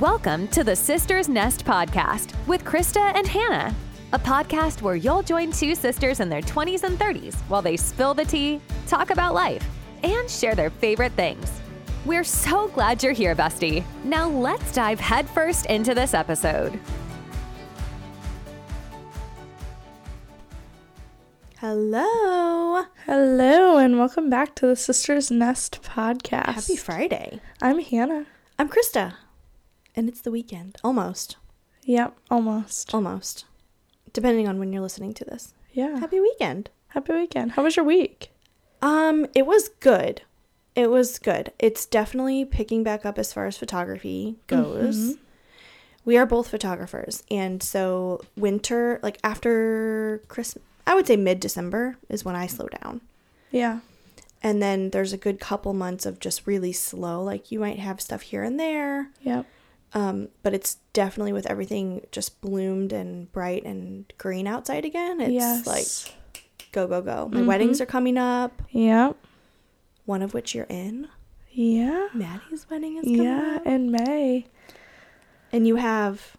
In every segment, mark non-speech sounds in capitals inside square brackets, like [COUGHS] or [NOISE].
Welcome to the Sisters Nest podcast with Krista and Hannah, a podcast where you'll join two sisters in their 20s and 30s while they spill the tea, talk about life, and share their favorite things. We're so glad you're here, bestie. Now let's dive headfirst into this episode. Hello. Hello and welcome back to the Sisters Nest podcast. Happy Friday. I'm Hannah. I'm Krista. And it's the weekend. Almost. Yep, Oh, almost. Almost. Depending on when you're listening to this. yeah. Happy-, Happy weekend. weekend. How was your week? Um, it was good. It was good. It's definitely picking back up as far as photography goes. We are both photographers, and so winter, like after Christmas, I would say mid December is when I slow down. Yeah. And then there's a good couple months of just really slow. Like you might have stuff here and there, Yep. um, but it's definitely with everything just bloomed and bright and green outside again. It's yes. Mm-hmm. like go go go. My weddings are coming up. Yep. One of which you're in. Yeah. Maddie's wedding is coming Yeah, up. in May. And you have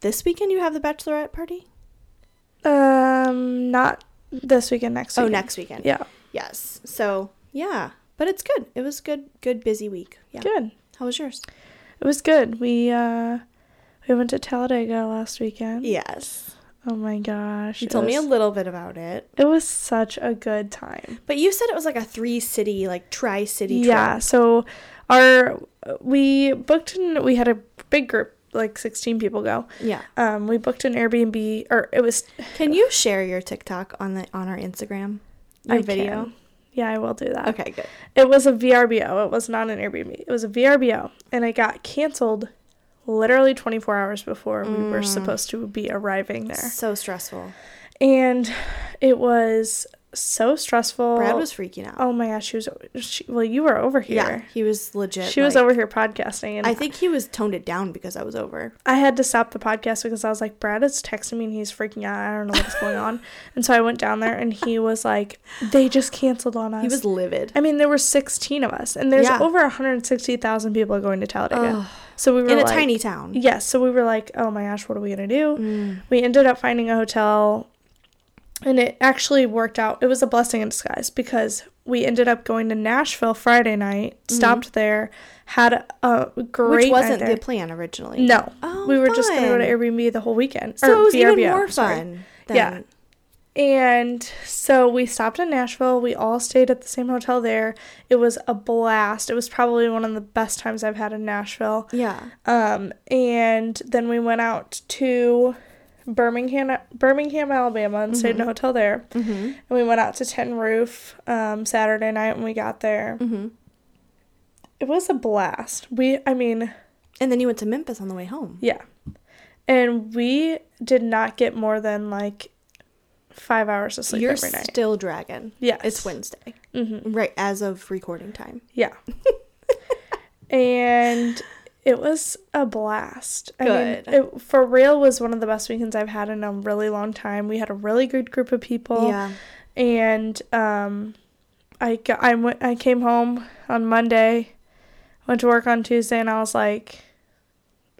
this weekend. You have the bachelorette party. Um not this weekend, next Oh, weekend. next weekend. Yeah. Yes. So yeah, but it's good. It was good. Good busy week. Yeah. Good. How was yours? It was good. We uh we went to Talladega last weekend. Yes. Oh my gosh. You it told me a was- little bit about it, It was such a good time. but you said it was like a three city, like tri city. Yeah, so our we booked and we had a big group, like 16 people go. Yeah. Um, we booked an Airbnb, or it was Can you share your TikTok on the on our Instagram? Your I video. can. Yeah, I will do that. Okay, good. It was a VRBO. It was not an Airbnb. It was a VRBO, and it got canceled literally 24 hours before we Mm. were supposed to be arriving there. So stressful. And it was so stressful. Brad was freaking out. Oh my gosh, she was. She, well, you were over yeah, here. he was legit. She was like- over here podcasting, and I think he was toned it down because I was over. I had to stop the podcast because I was like, Brad is texting me and he's freaking out. I don't know what's [LAUGHS] going on. And so I went down there and he was like, they just canceled on us. He was livid. I mean, there were 16 of us and there's Yeah. over 160,000 people going to Talladega. Ugh. So we were In a like- tiny Mm. town. Yes. So we were like, oh my gosh, what are we going to do? We ended up finding a hotel and it actually worked out. It was a blessing in disguise because we ended up going to Nashville Friday night, stopped there, had a great Mm-hmm. Which night wasn't there. the plan originally. No. Oh, we were just going to go to fun. Airbnb the whole weekend. So or it was even VRBO, more sorry. fun. Yeah. than- And so we stopped in Nashville. We all stayed at the same hotel there. It was a blast. It was probably one of the best times I've had in Nashville. Yeah. Um, and then we went out to Birmingham, Birmingham, Alabama, and stayed in a hotel there. Mm-hmm. And we went out to Tin Roof um, Saturday night when we got there. Mm-hmm. It was a blast. We, I mean, And then you went to Memphis on the way home. yeah. And we did not get more than like five hours of sleep You're every night. still dragging. Yes. It's Wednesday. Mhm. Right, as of recording time. Yeah. Mm-hmm. and it was a blast. Good. I mean, it for real was one of the best weekends I've had in a really long time. We had a really good group of people. Yeah. And um I got, I went I came home on Monday, went to work on Tuesday and I was like,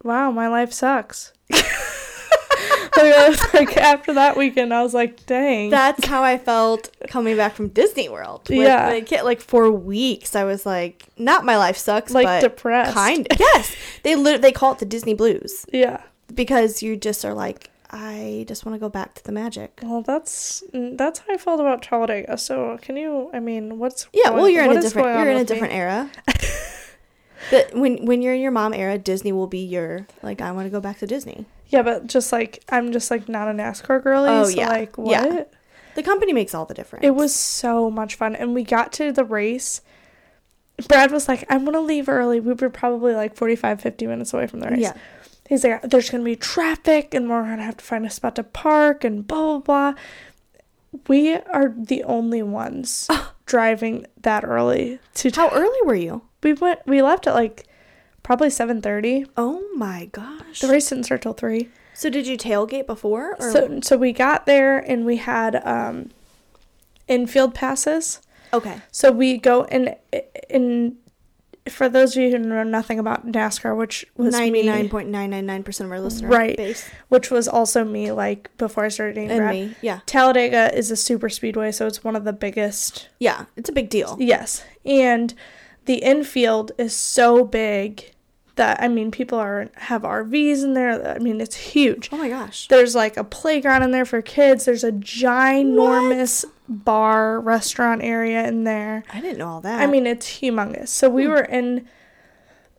wow, my life sucks. [LAUGHS] like, I was like after that weekend I was like, dang. That's how I felt coming back from Disney World. With Yeah. the kid, like for weeks, I was like, not my life sucks, like but depressed. [LAUGHS] kind. Yes, they lit they call it the Disney blues Yeah. because you just are like, I just want to go back to the magic. Well, that's that's how I felt about Talladega. So can you? I mean, what's Yeah, well, going- you're in what a is different going you're on in a with me? different [LAUGHS] era. That when when you're in your mom era, Disney will be your like I want to go back to Disney. Yeah, but just like I'm just like not a NASCAR girly. Oh, so yeah. like what? Yeah. The company makes all the difference. It was so much fun, and we got to the race. Brad was like, "I'm gonna leave early." We were probably like 45, 50 minutes away from the race. yeah. He's like, "There's gonna be traffic, and we're gonna have to find a spot to park, and blah blah blah." We are the only ones driving that early to How early were you? we went we left at like probably 7.30 Oh my gosh. the race didn't start till 3 So did you tailgate before? Or? so so we got there and we had um infield passes okay. so we go and in for those of you who know nothing about NASCAR, which was me, 99.999% of our listeners. Right. Base. which was also me, like before I started dating And Brad. me. Yeah. Talladega is a super speedway, so it's one of the biggest. Yeah. It's a big deal. Yes, and the infield is so big that I mean, people are have RVs in there. I mean, it's huge. Oh my gosh. There's like a playground in there for kids. There's a ginormous bar restaurant area in there. I didn't know all that. I mean, it's humongous. So Hmm. we were in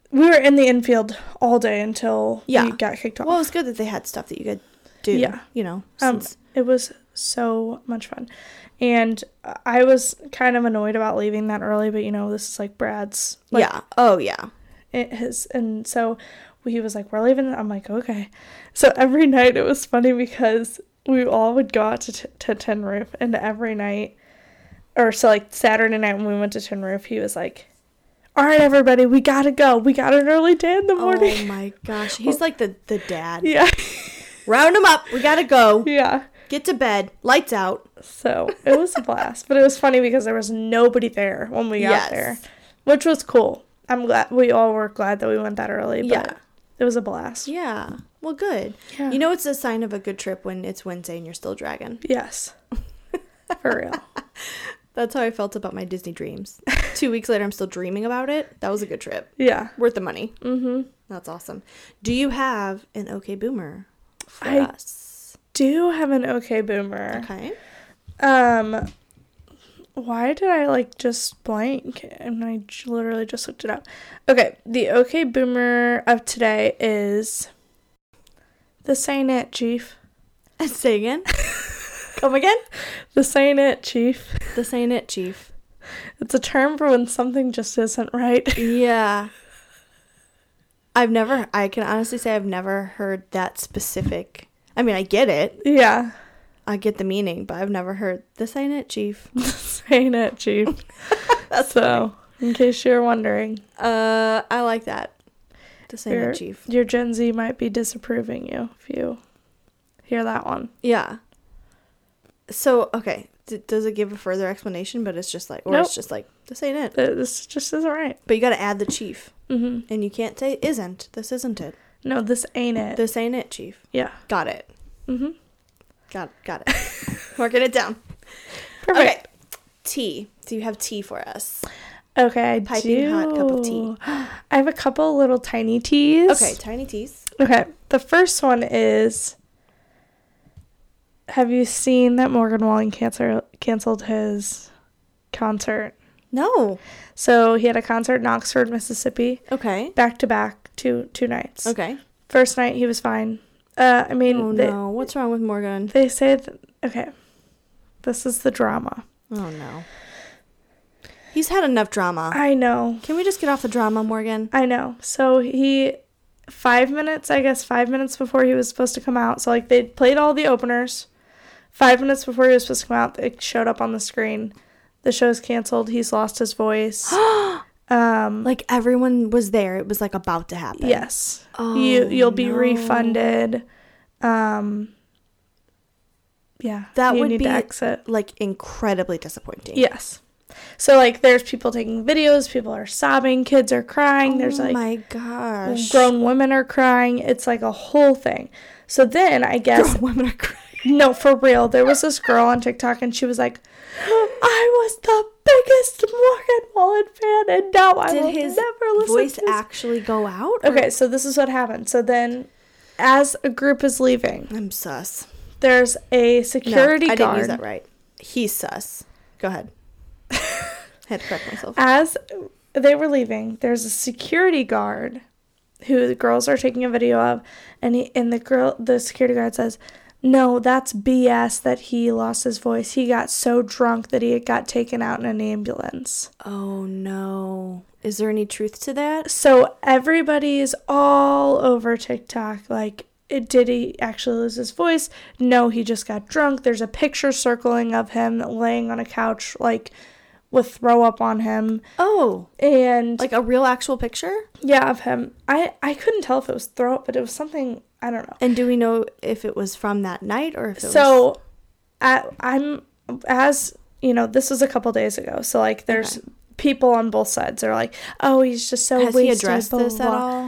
we were in the infield all day until Yeah. we got kicked off. well, it was good that they had stuff that you could do. Yeah. You know, um, since- it was so much fun. And I was kind of annoyed about leaving that early, but you know, this is like Brad's like, yeah. Oh, yeah. it has and so he was like we're leaving i'm like okay so every night it was funny because we all would go out to, t- to tin roof and every night or so like saturday night when we went to tin roof he was like all right everybody we gotta go we got an early day in the morning Oh my gosh. He's like the, the dad. [LAUGHS] yeah Round him up. We got to [LAUGHS] go. yeah Get to bed. Lights [LAUGHS] out. so it was a blast but it was funny because there was nobody there when we got Yes. there which was cool i'm glad we all were glad that we went that early but Yeah. it was a blast Yeah. Well, good. Yeah. You know, it's a sign of a good trip when it's Wednesday and you're still dragging. yes for real That's how I felt about my Disney [LAUGHS] dreams. Two weeks later, I'm still dreaming about it. That was a good trip. yeah Worth the money. hmm That's awesome. Do you have an OK Boomer for I- us? Do have an okay boomer. Okay. [LAUGHS] Um, why did I like just blank? And I j- literally just looked it up. Okay, the okay boomer of today is this ain't it, chief. Say [LAUGHS] again. Come again. This ain't it, chief. This ain't it, Chief. It's a term for when something just isn't right. [LAUGHS] Yeah. I've never, I can honestly say I've never heard that specific. I mean, I get it. yeah, I get the meaning, but I've never heard this ain't it, Chief. this ain't it, chief. [LAUGHS] That's so. In case you're wondering, Uh, I like that. This ain't Fair. it, Chief. your Gen Z might be disapproving you if you hear that one. Yeah. So, okay. D- does it give a further explanation? But it's just like, or Nope. it's just like, this ain't it. Th- This just isn't right. But you got to add the Chief. Mm-hmm. And you can't say isn't. This isn't it. No, this ain't it. This ain't it, Chief. yeah. Got it. Mm-hmm. Got got [LAUGHS] it. Marking it down. Perfect. Okay. Tea. Do you have tea for us? Okay. I Piping do. hot cup of tea. [GASPS] I have a couple little tiny teas. Okay, tiny teas. Okay. The first one is. Have you seen that Morgan Wallen cancer canceled his concert? No. So he had a concert in Oxford, Mississippi, Okay. back to back, two two nights. Okay. First night he was fine. Uh, I mean, Oh they, no. What's wrong with Morgan? they say that. Okay, this is the drama. Oh no. He's had enough drama. I know. Can we just get off the drama, Morgan? I know. So he five minutes, I guess five minutes before he was supposed to come out. So like they played all the openers. Five minutes before he was supposed to come out, it showed up on the screen. The show's canceled. He's lost his [GASPS] voice. um Like everyone was there. It was like about to happen. yes. Oh, you you'll be no. refunded. Um yeah. That you would need be- to exit. Like incredibly disappointing. Yes. So like there's people taking videos, people are sobbing, kids are crying, Oh there's like my gosh. grown women are crying. It's like a whole thing. So then I guess Grown women are crying. no, for real. There was this girl on TikTok and she was like, "I was the biggest Morgan Wallen fan, and now I Did will his never listen Voice to his-" actually go out? or- Okay, so this is what happened. So then, as a group is leaving, I'm sus. there's a No, security I didn't guard. use that right. He's sus. Go ahead. [LAUGHS] had to correct myself. As they were leaving, there's a security guard who the girls are taking a video of, and he and the girl, the security guard says, "No, that's BS. That he lost his voice. He got so drunk that he got taken out in an ambulance." Oh no. Is there any truth to that? So everybody is all over TikTok, like. It, did he actually lose his voice? No, he just got drunk. There's a picture circling of him laying on a couch, like with throw up on him, Oh, and like a real actual picture? Yeah, of him. I I couldn't tell if it was throw up, but it was something I don't know. And do we know if it was from that night or if it was So, I, I'm as you know, this was a couple days ago. So like, there's people on both sides are like, "Oh, he's just so Has he wasted." addressed blah, this blah, at blah." all?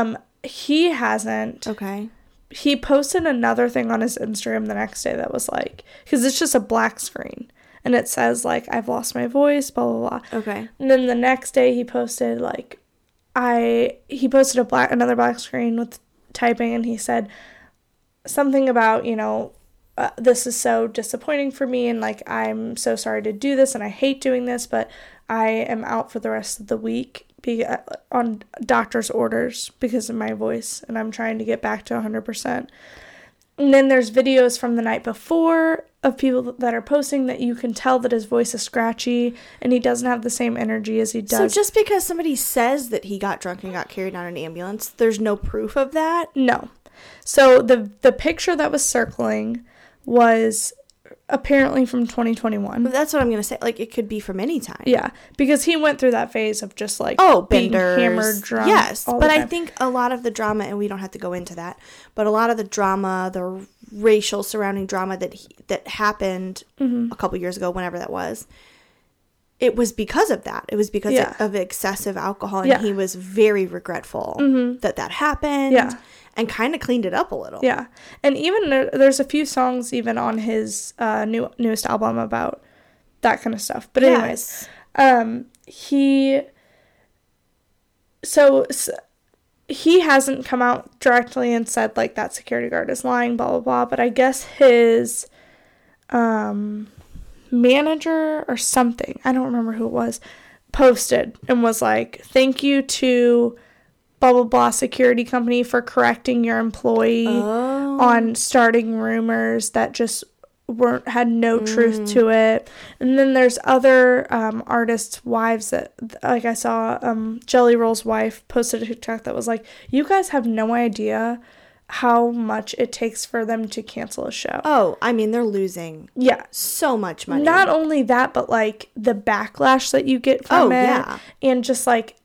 Um, he hasn't. Okay. He posted another thing on his Instagram the next day that was like, because it's just a black screen and it says like, "I've lost my voice," blah blah blah. Okay. And then the next day he posted like I he posted a black another black screen with typing and he said something about, you know, uh, this is so disappointing for me and like I'm so sorry to do this and I hate doing this, but I am out for the rest of the week be uh, on doctor's orders because of my voice and I'm trying to get back to 100%. And then there's videos from the night before of people that are posting that you can tell that his voice is scratchy and he doesn't have the same energy as he So does. just because somebody says that he got drunk and got carried on an ambulance, there's no proof of that. no. So the the picture that was circling was apparently from 2021. But that's what I'm gonna say. Like it could be from any time. Yeah, because he went through that phase of just like Oh, being benders. hammered drunk. Yes, all the but I time. think a lot of the drama, and we don't have to go into that, but a lot of the drama, the racial surrounding drama that he, that happened Mm-hmm. a couple years ago, whenever that was, it was because of that. It was because Yeah. of excessive alcohol, and Yeah. Mm-hmm. he was very regretful that that happened. Yeah. and kind of cleaned it up a little. Yeah, and even there, there's a few songs even on his uh, new newest album about that kind of stuff. But anyways, Yes. um, he so, s he hasn't come out directly and said like that security guard is lying, blah blah blah. But I guess his um, manager or something, I don't remember who it was, posted and was like, "Thank you to." Blah blah blah security company for correcting your employee Oh. on starting rumors that just weren't had no truth Mm. to it. And then there's other um, artists' wives that, like I saw, um, Jelly Roll's wife posted a TikTok that was like, "You guys have no idea how much it takes for them to cancel a show." Oh, I mean, they're losing yeah. so much money. Not only that, but like the backlash that you get from Oh, it, yeah. and just like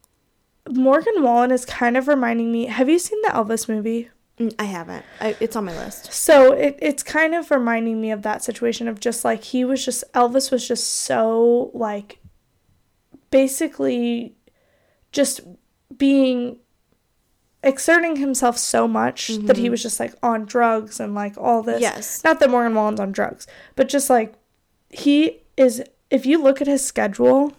Morgan Wallen is kind of reminding me. Have you seen the Elvis movie? Mm, I haven't. I, it's on my list. So it, it's kind of reminding me of that situation of just like he was just Elvis was just so like basically just being exerting himself so much that he was just like on drugs and like all this. Mm-hmm. Yes. Not that Morgan Wallen's on drugs, but just like he is if you look at his schedule,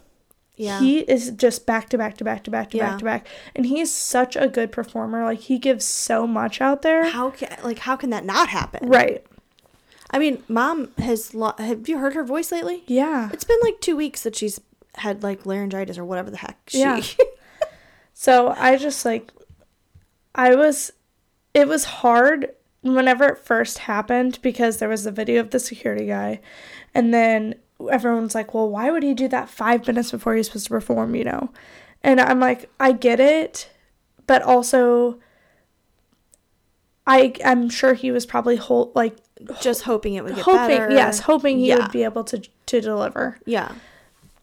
Yeah. he is just back to back to back to back to Yeah. back to back. And he's such a good performer. Like he gives so much out there. how can like how can that not happen? right. I mean, mom has. Lo- have you heard her voice lately? Yeah. It's been like two weeks that she's had like laryngitis or whatever the heck. She, Yeah. So I just like, I was, it was hard whenever it first happened because there was the video of the security guy. And then everyone's like, well, why would he do that five minutes before he's supposed to perform, you know? And I'm like, I get it, but also. I, I'm sure he was probably whole, like [LAUGHS] just hoping it would get hoping, better. yes, hoping he Yeah. would be able to to deliver. Yeah,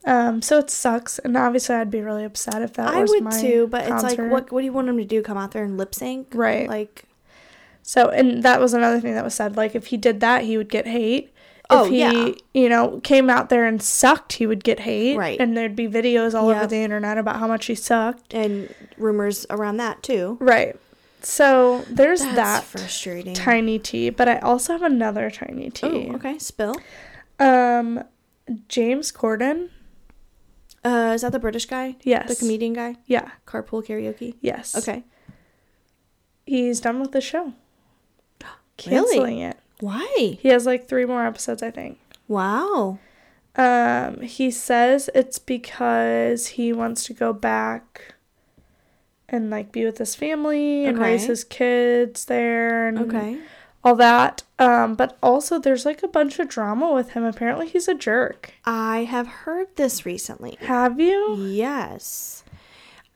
Um, so it sucks, and obviously I'd be really upset if that I was would my too, but it's concert. like, what what do you want him to do? Come out there and lip sync? Right. Like, So, and that was another thing that was said. Like, if he did that, he would get hate. If Oh, he, yeah. you know, came out there and sucked, he would get hate. Right. And there'd be videos all over Yep. the internet about how much he sucked. and rumors around that too. Right. So there's That's that frustrating. tiny tea. But I also have another tiny tea. Oh, okay. Spill. Um, James Corden. Uh, is that the British guy? Yes. The comedian guy. Yeah. Carpool karaoke. Yes. Okay. He's done with the show. Really? Canceling it. Why? He has like three more episodes, I think. Wow. Um, he says it's because he wants to go back and like be with his family and Okay. raise his kids there and Okay. all that. Um, but also there's like a bunch of drama with him. Apparently he's a jerk. I have heard this recently. Have you? Yes.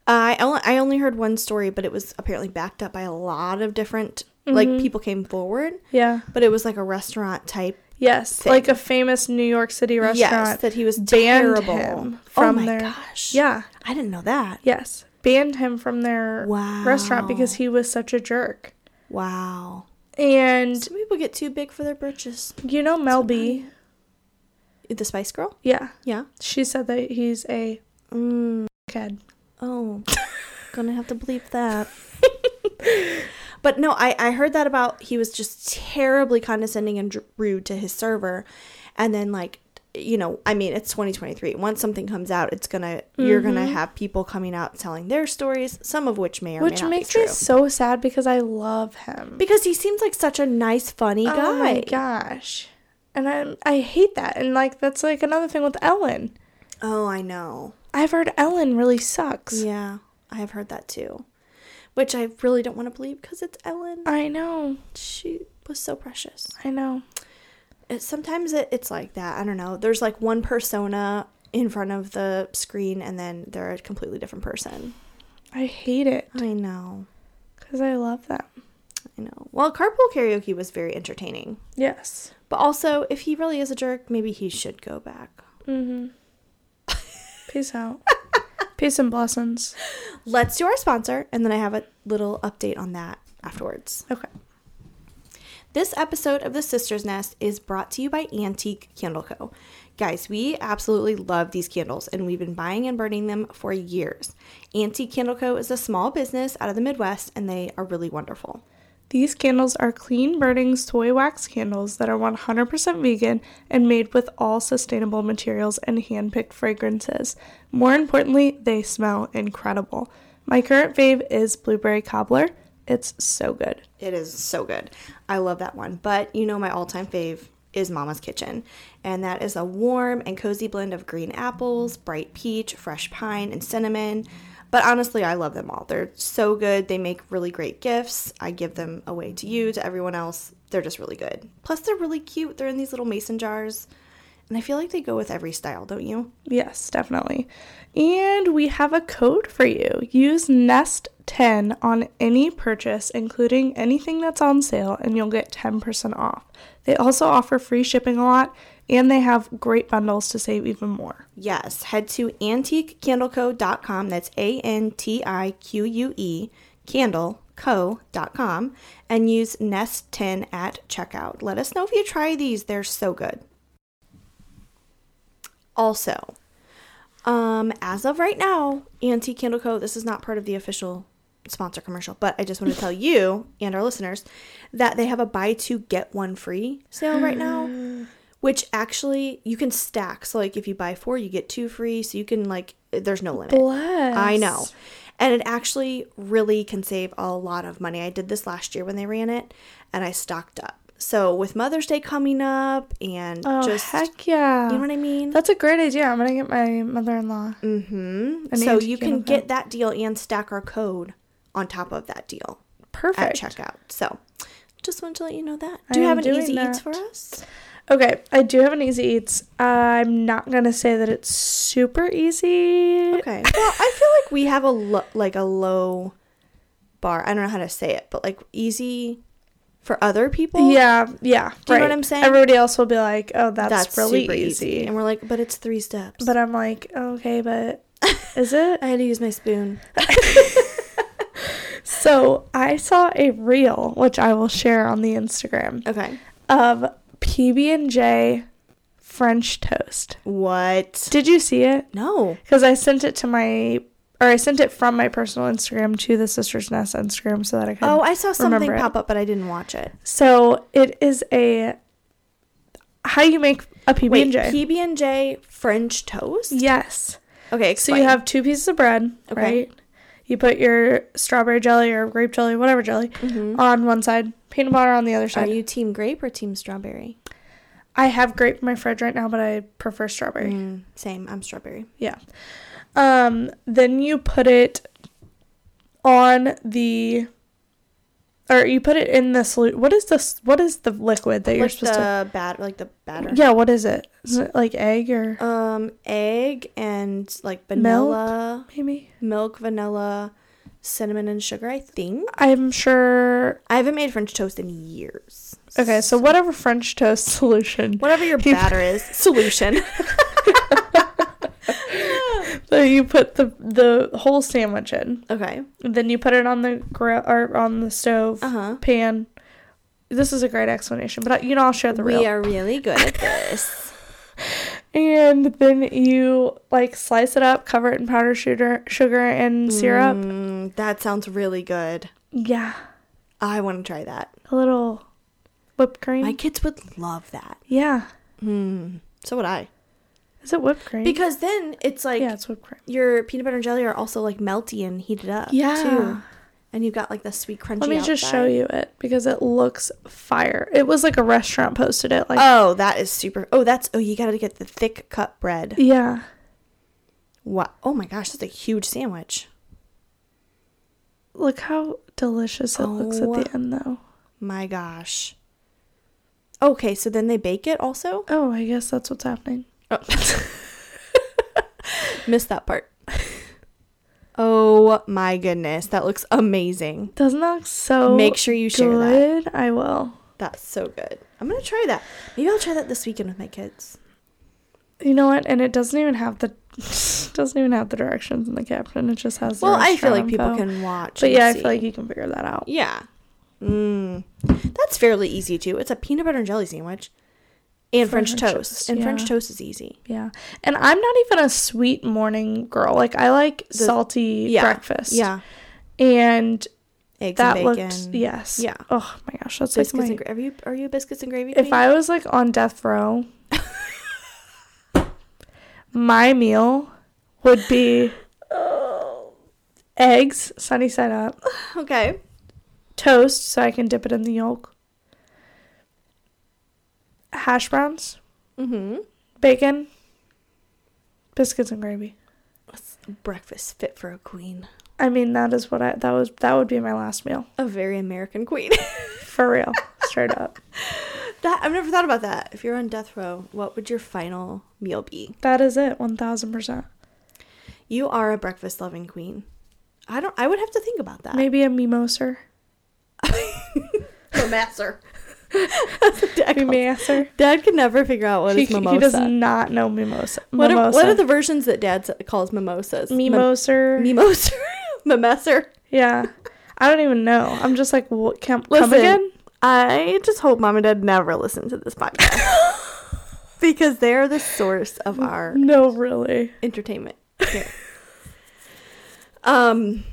I only, I only heard one story, but it was apparently backed up by a lot of different like people came forward, Mm-hmm. Yeah. but it was like a restaurant type. Yes. Like a famous New York City restaurant. yes, that he was banned terrible him oh from my their- gosh. Yeah. I didn't know that. Yes. Banned him from their Wow. restaurant because he was such a jerk. Wow. And Some people get too big for their britches. you know Mel B. The Spice Girl? Yeah. Yeah. She said that he's a Mm, kid. oh, gonna have to bleep [LAUGHS] that. but no, I, I heard that about he was just terribly condescending and dr- rude to his server. And then, like, you know, I mean, it's 2023. Once something comes out, it's gonna, you're gonna Mm-hmm. have people coming out telling their stories, some of which may or may Which not makes be me true. so sad because I love him. because he seems like such a nice, funny guy. Oh my gosh. And I I hate that. And like that's like another thing with Ellen. Oh, I know. I've heard Ellen really sucks. Yeah, I have heard that too. Which I really don't want to believe because it's Ellen. I know. She was so precious. I know. It, sometimes it, it's like that. I don't know. There's like one persona in front of the screen and then they're a completely different person. I hate it I know. because I love them. I know. Well, Carpool Karaoke was very entertaining. Yes. But also, if he really is a jerk, maybe he should go back. [LAUGHS] Mm-hmm. Peace out. Peace and blessings. Let's do our sponsor, and then I have a little update on that afterwards. Okay. This episode of The Sister's Nest is brought to you by Antique Candle Co. Guys, we absolutely love these candles and we've been buying and burning them for years. Antique Candle Co. is a small business out of the Midwest and they are really wonderful. These candles are clean burnings toy wax candles that are 100% vegan and made with all sustainable materials and hand-picked fragrances. More importantly, they smell incredible. My current fave is blueberry cobbler. It's so good. It is so good. I love that one. But you know, my all time fave is Mama's Kitchen. And that is a warm and cozy blend of green apples, bright peach, fresh pine, and cinnamon. But honestly, I love them all. They're so good. They make really great gifts. I give them away to you, to everyone else. They're just really good. Plus, they're really cute. They're in these little mason jars. And I feel like they go with every style, don't you? Yes, definitely. And we have a code for you. Use NEST10 on any purchase, including anything that's on sale, and you'll get 10% off. They also offer free shipping a lot, and they have great bundles to save even more. Yes, head to antiquecandleco.com. That's A N T I Q U E candleco.com and use nest10 at checkout. Let us know if you try these. They're so good. Also, um as of right now, Antique Candle Co, this is not part of the official sponsor commercial, but I just want to tell you and our listeners that they have a buy two get one free sale right [GASPS] now. which actually you can stack. So like if you buy four, you get two free. So you can like there's no limit. Bless. I know. And it actually really can save a lot of money. I did this last year when they ran it and I stocked up. So with Mother's Day coming up and Oh, just heck yeah. you know what I mean? That's a great idea. I'm going to get my mother in law. Mm-hmm. An So antique you can candle get that deal and stack our code on top of that deal Perfect. at checkout. So just wanted to let you know that. I Do you am have an doing easy eats that. for us? Okay, I do have an easy eats. I'm not going to say that it's super easy. Oh, Okay. Well, I feel like we have a lo- like a low bar. I don't know how to say it, but like easy for other people. Yeah, yeah. Do you know what right. I'm saying? Everybody else will be like, "Oh, that's, really super easy. And we're like, but it's three steps. But I'm like, "Okay, but is it?" I had to use my spoon. so I saw a reel, which I will share on the Instagram, Okay. of PB and J French toast. What? Did you see it? No. Because I sent it to my, or I sent it from my personal Instagram to the Sisters Nest Instagram so that I could. Oh, I saw something Remember it. pop up, but I didn't watch it. so it is a how you make a PB Wait, and J. PB and J French toast. yes. Okay, So explain. you have two pieces of bread, Okay. right? You put your strawberry jelly or grape jelly, whatever jelly, on one side, peanut butter on the other Mm-hmm. Are side. you team grape or team strawberry? I have grape in my fridge right now, but I prefer strawberry. Mm, same. I'm strawberry. Yeah. Um, then you put it on the, or you put it in the solution. What is this? What is the liquid that you're like supposed the bat, like the batter. to? Yeah. What is it? Is it like egg or Um, egg and like vanilla, maybe? milk, vanilla, cinnamon, and sugar. I think I'm sure. I haven't made French toast in years. Okay, so whatever French toast [LAUGHS] [LAUGHS] solution Whatever your [LAUGHS] You- batter is, solution. So you put the the whole sandwich in. okay. Then you put it on the grill or on the stove Uh huh. pan. This is a great explanation, but I, you know I'll share the We real. are really good at this. And then you like slice it up, cover it in powdered sugar, sugar [LAUGHS] and syrup. Mm, that sounds really good. Yeah, I want to try that. a little whipped cream. My kids would love that. yeah, Mm, so would I. is it whipped cream? Because then it's like yeah, it's whipped cream. your peanut butter and jelly are also like melty and heated up. Yeah. Too. And you've got like the sweet crunchy. Let me just outside. show you it because it looks fire. It was like a restaurant posted it. Like Oh, that is super. Oh, that's. Oh, you got to get the thick cut bread. yeah, Wow. Oh my gosh, that's a huge sandwich. look how delicious it looks at Oh. the end though. My gosh. Okay, so then they bake it also? Oh, I guess that's what's happening. [LAUGHS] Missed that part. oh my goodness, that looks amazing. Doesn't that look so Make sure you share that. good? I will. That's so good. I'm gonna try that. Maybe I'll try that this weekend with my kids. You know what? And it doesn't even have the [LAUGHS] doesn't even have the directions in the caption. It just has. The Well, I feel restaurant like people info. can watch. But and yeah, I see. feel like you can figure that out. yeah. Mm. That's fairly easy too. It's a peanut butter and jelly sandwich, and French, French toast. toast, And yeah. French toast is easy. Yeah, and I'm not even a sweet morning girl. Like I like salty Yeah. breakfast. Yeah. and Eggs that and bacon. looked yes. Yeah. Oh my gosh, that's Biscuits like my. and gra- are you are you a biscuits and gravy? if queen? I was like on [LAUGHS] death row, my meal would be eggs sunny side up, Oh. okay. toast so I can dip it in the yolk, hash browns, Mm-hmm. bacon, biscuits and gravy. Breakfast fit for a queen. I mean that is what I that was that would be my last meal A very American queen. [LAUGHS] for real, straight up. that I've never thought about that. If you're on death row, what would your final meal be? That is it, one thousand percent. You are a breakfast loving queen. I don't. I would have to think about that. Maybe a mimoser, a [LAUGHS] master. That's a dad, calls- mimoser. dad can never figure out what He, is mimosa. he does not know mimosa. what, are, mimosa. what are the versions that dad sa- calls mimosas? Mim- mimoser? [LAUGHS] mimoser. Mimesser. yeah, I don't even know. I'm just like, what? Come, come Listen, again? I just hope mom and dad never listen to this podcast [LAUGHS] because they're the source of our No, really. entertainment. here. um,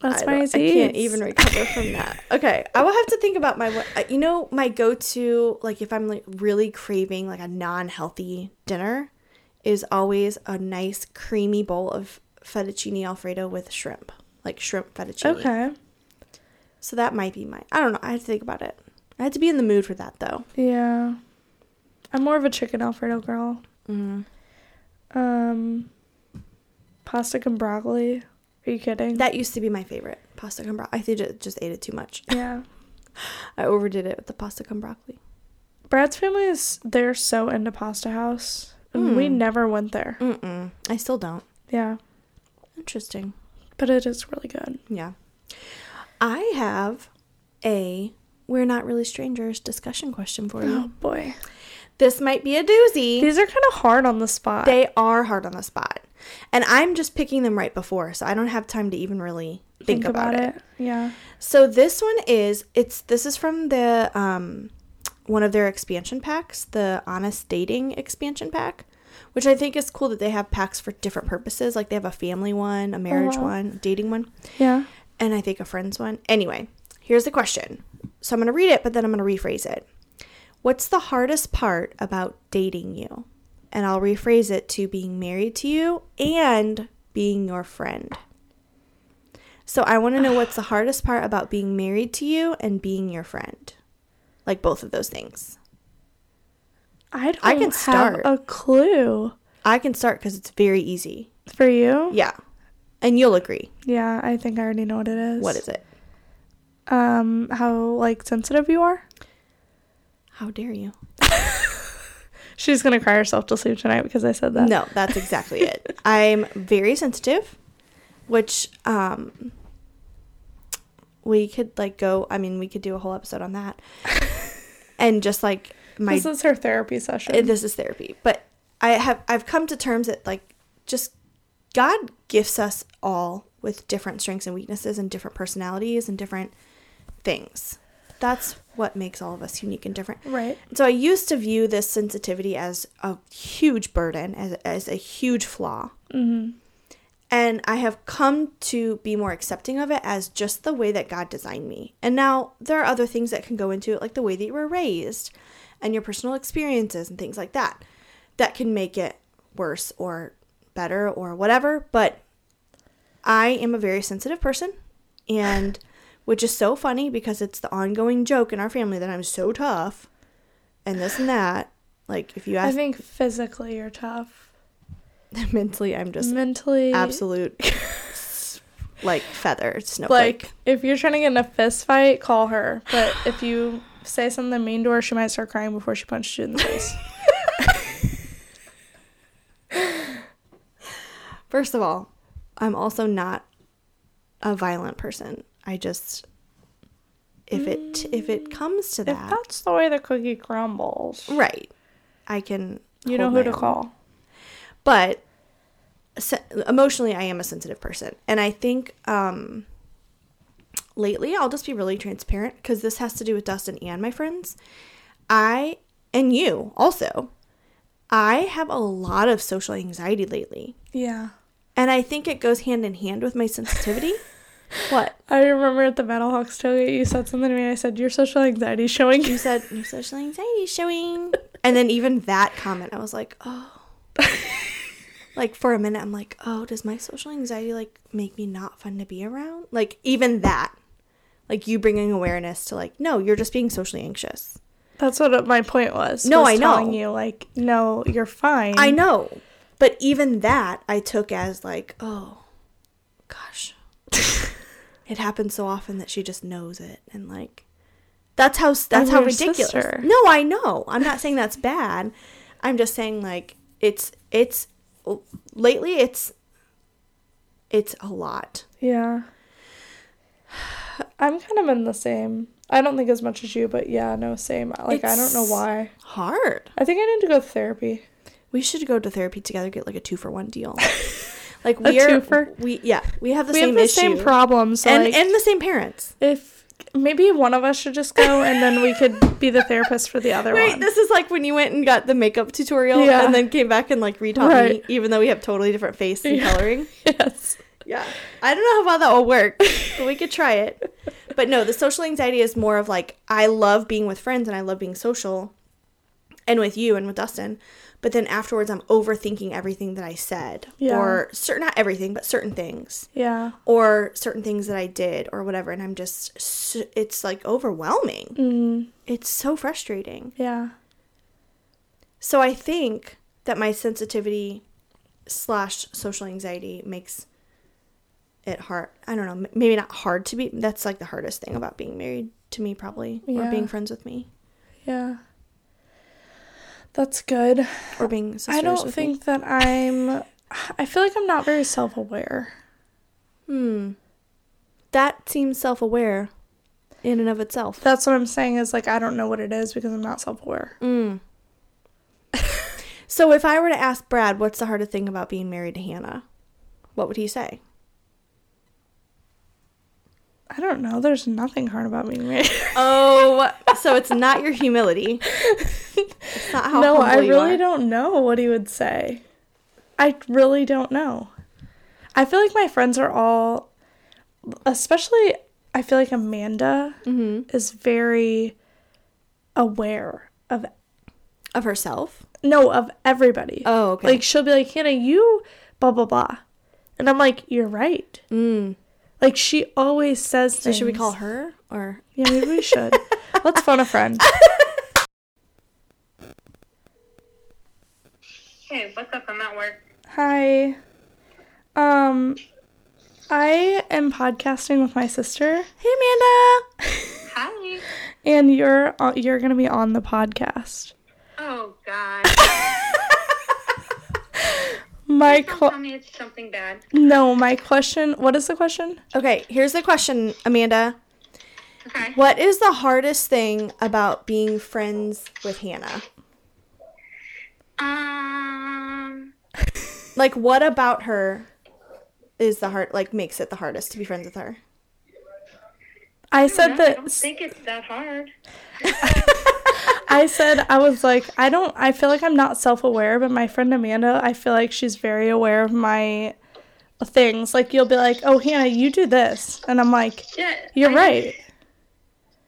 That's I my don't- I can't Z's. even recover from that. [LAUGHS] Okay, I will have to think about my. what- uh, You know, my go-to like if I'm like really craving like a non-healthy dinner, is always a nice creamy bowl of fettuccine alfredo with shrimp, like shrimp fettuccine. Okay. So that might be my. I don't know. I have to think about it. I have to be in the mood for that though. Yeah, I'm more of a chicken Alfredo girl. Mm-hmm. Um, pasta and broccoli. Are you kidding? That used to be my favorite pasta con broccoli. I think I just ate it too much. [LAUGHS] yeah. I overdid it with the pasta con broccoli. Brad's family is they're so into Pasta House, and we Mm. never went there. Mm-mm. I still don't. Yeah, Interesting. but it is really good. Yeah. I have a we're not really strangers discussion question for [GASPS] Oh you. boy, This might be a doozy. these are kind of hard on the spot. They are hard on the spot. And I'm just picking them right before, so I don't have time to even really think, about, it. Yeah. So this one is it's this is from the um one of their expansion packs, the Honest Dating expansion pack, which I think is cool that they have packs for different purposes. Like they have a family one, a marriage wow. one, dating one, Yeah. and I think a friends one. Anyway, here's the question. So I'm going to read it, but then I'm going to rephrase it. What's the hardest part about dating you? And I'll rephrase it to being married to you and being your friend. So I want to know what's the hardest part about being married to you and being your friend. Like both of those things. I don't I can have start. a clue. I can start cuz it's very easy. For you? Yeah. And you'll agree. Yeah, I think I already know what it is. What is it? Um, how like sensitive you are? How dare you? She's gonna cry herself to sleep tonight because I said that. No, that's exactly it. I'm very sensitive, which um we could like go I mean, we could do a whole episode on [LAUGHS] that. and just like my this is her therapy session. it- this is therapy but i have i've come to terms that like just god gifts us all with different strengths and weaknesses and different personalities and different things that's what makes all of us unique and different. Right. So I used to view this sensitivity as a huge burden, as, as a huge flaw. Mm-hmm. And I have come to be more accepting of it as just the way that God designed me. And now there are other things that can go into it, like the way that you were raised and your personal experiences and things like that, that can make it worse or better or whatever. But I am a very sensitive person, and which is so funny because it's the ongoing joke in our family that I'm so tough and this and that. Like, if you I ask think physically you're tough. [LAUGHS] mentally, I'm just Mentally, absolute [LAUGHS] like feather snowflake. Like, if you're trying to get in a fist fight, call her. But if you say something mean to her, she might start crying before she punches you in the [LAUGHS] face. First of all, I'm also not a violent person. I just if it if it comes to if that, that's the way the cookie crumbles, right, I can. you know hold my who to own. call. but se- emotionally i am a sensitive person and i think um lately i'll just be really transparent because this has to do with dustin and my friends i and you also i have a lot of social anxiety lately Yeah. and i think it goes hand in hand with my sensitivity what I remember at the Battlehawks tailgate, you said something to me. and I said, Your social anxiety is showing. you said your social anxiety is showing and then even that comment i was like oh like for a minute i'm like oh does my social anxiety like make me not fun to be around like even that like you bringing awareness to like no you're just being socially anxious [LAUGHS] That's what it- my point was. No, was I know. Telling you, like, no, you're fine. i know but even that i took as like oh [LAUGHS] gosh it happens so often that she just knows it and like that's how that's how Oh, your ridiculous sister. no i know i'm not saying that's bad i'm just saying like it's it's lately it's it's a lot Yeah. [SIGHS] I'm kind of in the same. I don't think as much as you, but yeah, no, same. Like, I don't know It's- why. hard I think I need to go to therapy. we should go to therapy together get like a two for one [LAUGHS] deal like A we are twofer? we yeah we have the we same have the issue same problems. and like, and the same parents if maybe one of us should just go, and then we could be the therapist for [LAUGHS] the other Wait, one. this is like when you went and got the makeup tutorial Yeah. and then came back and like retaught me, Right. even though we have totally different face and Yeah. coloring. [LAUGHS] yes. Yeah. I don't know how well that will work, but we could try it. But no, the social anxiety is more of like I love being with friends and I love being social and with you and with Dustin. But then afterwards I'm overthinking everything that I said. Yeah. Or certain not everything, but certain things. Yeah. Or certain things that I did or whatever. And I'm just s- it's like overwhelming. Mm, It's so frustrating. yeah. So I think that my sensitivity slash social anxiety makes it hard. I don't know. m- Maybe not hard to be. That's like the hardest thing about being married to me, probably, or Yeah. being friends with me, Yeah. That's good. or being sisters. I don't with me. think that I'm. [SIGHS] I feel like I'm not very self aware. Hmm. That seems self-aware, in and of itself. That's what I'm saying is like, I don't know what it is because I'm not self aware. [LAUGHS] Mm. so if I were to ask Brad, what's the hardest thing about being married to Hannah? What would he say? I don't know. There's nothing hard about being married. Oh, so it's not your humility. It's not how no, humble I you really are. don't know what he would say. I really don't know. I feel like my friends are all, especially, I feel like Amanda Mm-hmm. is very aware of, Of herself. no, of everybody. Oh, okay. Like, she'll be like, Hannah, you, blah, blah, blah. And I'm like, you're right. mm. Like, she always says So should we call things. her or? Yeah, maybe we should. Let's phone [LAUGHS] a friend. Hey, what's up? I'm at work. Hi. Um, I am podcasting with my sister, Hey, Amanda. Hi. and you're on, you're gonna be on the podcast. Oh [COUGHS] God. My Don't qu- tell me it's something bad. no, my question. What is the question? Okay, here's the question, Amanda. Okay. What is the hardest thing about being friends with Hannah? Um. Like, what about her is the hard? Like, makes it the hardest to be friends with her? I I don't said know, I don't that think it's that hard. I said I was like I don't I feel like I'm not self-aware, but my friend Amanda, I feel like she's very aware of my things. Like you'll be like, "Oh, Hannah, you do this." And I'm like, Yeah, "You're I right."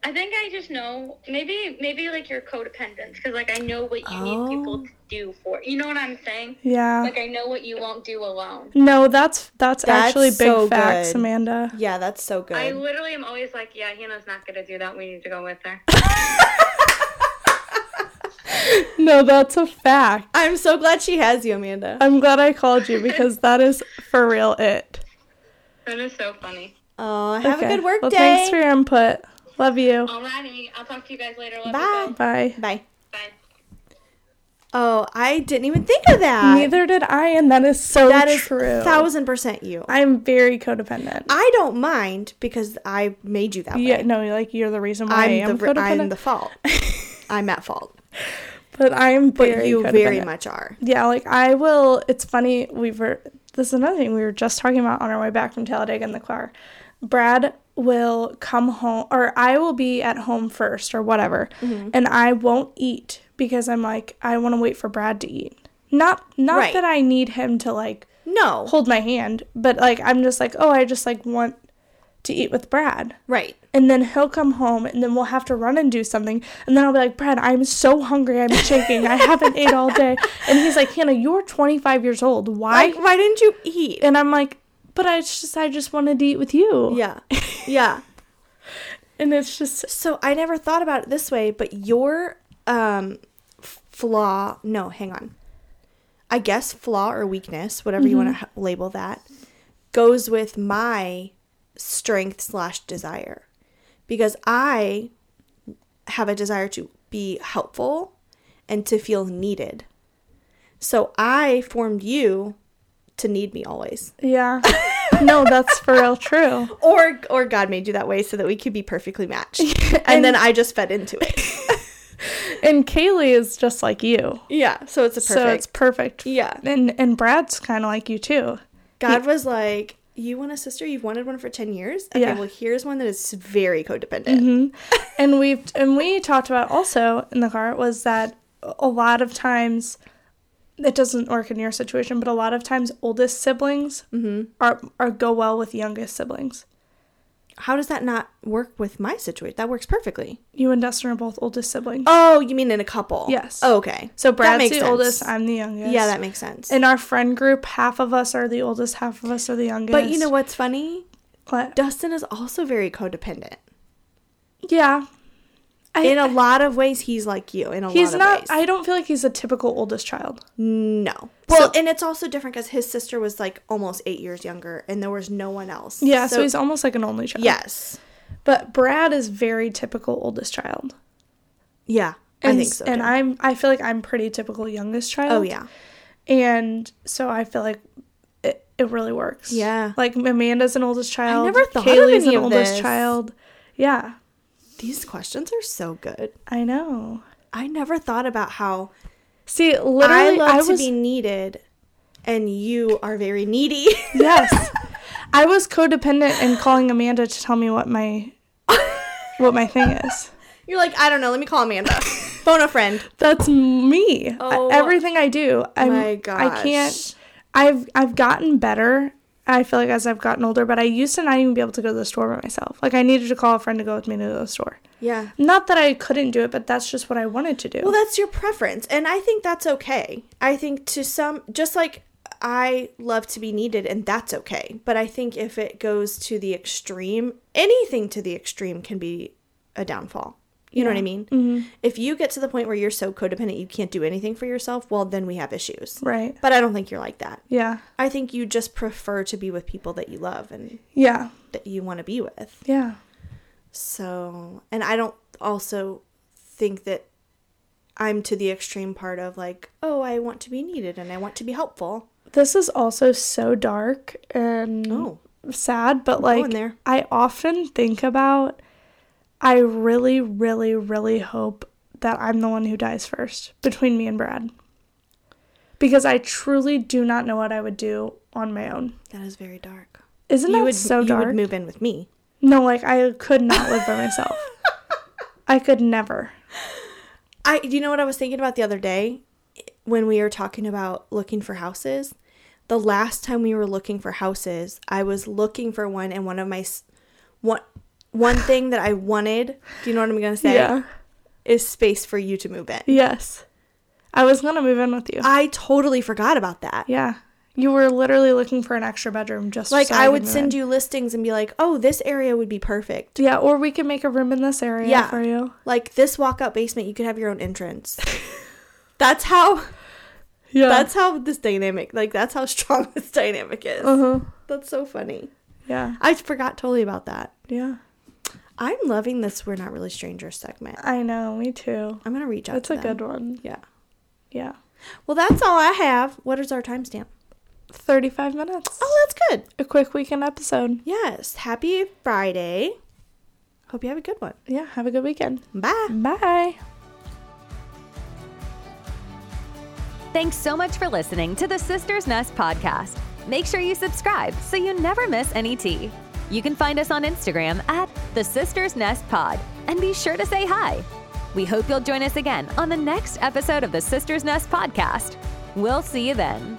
I think I just know maybe maybe like your codependence because like I know what you need people to do for you know what I'm saying Oh. Yeah. like I know what you won't do alone. No, that's that's, That's actually big so facts, good. Amanda. Yeah, that's so good. I literally am always like yeah Hannah's not gonna do that we need to go with her. No, that's a fact. I'm so glad she has you, Amanda. I'm glad I [LAUGHS] called you because that is for real it. that is so funny. Oh, have a Okay. good work well, day. Thanks for your input. Love you. Alrighty, I'll talk to you guys later. Love you Bye. Bye. Bye. guys. Bye. Oh, I didn't even think of that. Neither did I, and that is so That is true. thousand percent you. I'm very codependent. I don't mind because I made you that way. yeah, no, like you're the reason why I'm I I'm am the codependent. I'm the fault. [LAUGHS] I'm at fault, but I am but very you codependent. very much are. Yeah, like I will. It's funny. We were. This is another thing we were just talking about on our way back from Talladega in the car. Brad will come home, or I will be at home first, or whatever, and I won't eat because I'm like I want to wait for Brad to eat. Not not Right. that I need him to like No, hold my hand, but like I'm just like oh I just like want to eat with Brad. right. And then he'll come home, and then we'll have to run and do something. And then I'll be like, Brad, I'm so hungry. I'm shaking. I haven't ate all day. And he's like, Hannah, you're 25 years old. Why? Like, why didn't you [LAUGHS] eat? and I'm like, but I just, I just wanted to eat with you. Yeah, yeah. And it's just, So I never thought about it this way, but your um f- flaw, no, hang on. I guess flaw or weakness, whatever you want to h- label that, goes with my strength slash desire, because I have a desire to be helpful and to feel needed. So I formed you to need me always, yeah. no, that's for real true. or or God made you that way so that we could be perfectly matched, and then I just fed into it. And Kaylee is just like you. Yeah, so it's a perfect. So it's perfect. yeah. And, and Brad's kind of like you too. God was like, "You want a sister? You've wanted one for ten years. Okay, Yeah. Mm-hmm. well here's one that is very codependent. and we've and we talked about also in the car was that a lot of times it doesn't work in your situation, but a lot of times oldest siblings Mm-hmm. are are go well with youngest siblings. How does that not work with my situation? That works perfectly. You and Dustin are both oldest siblings. Oh, you mean in a couple? Yes. Oh, okay. so That Brad's makes the sense. oldest, I'm the youngest. Yeah, that makes sense. in our friend group, half of us are the oldest, half of us are the youngest. but you know what's funny? what? Dustin is also very codependent. Yeah, I- in a lot of ways, he's like you. In a he's lot not. of ways, I don't feel like he's a typical oldest child. no. Well, and it's also different because his sister was like almost eight years younger, and there was no one else. Yeah, so, he's almost like an only child. yes, but Brad is very typical oldest child. yeah, and, I think so. And too. I'm I feel like I'm pretty typical youngest child. oh yeah, And so I feel like it, it really works. Yeah. Like Amanda's an oldest child. never thought of Kaylee's any an of oldest this. child. Yeah. These questions are so good. I know. I never thought about how See, literally I love I, to [LAUGHS] was be needed and you are very needy. [LAUGHS] Yes. I was codependent and calling Amanda to tell me what my [LAUGHS] what my thing is. You're like, I don't know, let me call [LAUGHS] Amanda. Phone a friend. That's me. Oh, Everything I do. I'm, my I can't. I've I've gotten better. I feel like as I've gotten older, but I used to not even be able to go to the store by myself. Like I needed to call a friend to go with me to the store. Yeah. Not that I couldn't do it, but that's just what I wanted to do. Well, that's your preference. And I think that's okay. I think to some, just like I love to be needed and that's okay. But I think if it goes to the extreme, anything to the extreme can be a downfall. You know what I mean? Mm-hmm. If you get to the point where you're so codependent you can't do anything for yourself, well, then we have issues. right. But I don't think you're like that. Yeah. I think you just prefer to be with people that you love and Yeah. that you want to be with. Yeah. So, and I don't also think that I'm to the extreme part of like, oh, I want to be needed and I want to be helpful. This is also so dark and Oh. sad, but going like there. I often think about I really, really, really hope that I'm the one who dies first between me and Brad. Because I truly do not know what I would do on my own. That is very dark. Isn't you that would so you dark? would move in with me. No, like I could not live by [LAUGHS] myself. I could never. I you know what I was thinking about the other day when we were talking about looking for houses. The last time we were looking for houses, I was looking for one, and one of my s- one one thing that I wanted. Do you know what I'm gonna say? Yeah. Is space for you to move in. Yes. I was gonna move in with you. I totally forgot about that. yeah. You were literally looking for an extra bedroom just Like so I could would move send in. you listings and be like, "Oh, this area would be perfect." Yeah, or we could make a room in this area Yeah. for you. Like this walkout basement, you could have your own [LAUGHS] entrance. that's how. Yeah. That's how this dynamic. Like that's how strong [LAUGHS] this dynamic is. uh-huh. That's so funny. Yeah. I forgot totally about that. Yeah. I'm loving this "We're Not Really Strangers" segment. I know, me too. I'm gonna reach out. That's to a them. good one. Yeah. Yeah. Well, that's all I have. What is our timestamp? 35 minutes. Oh, that's good. A quick weekend episode. Yes. Happy Friday. Hope you have a good one. Yeah, have a good weekend. Bye. Bye. Thanks so much for listening to the Sisters Nest podcast. Make sure you subscribe so you never miss any tea. You can find us on Instagram at the Sisters Nest Pod and be sure to say hi. We hope you'll join us again on the next episode of the Sisters Nest podcast. We'll see you then.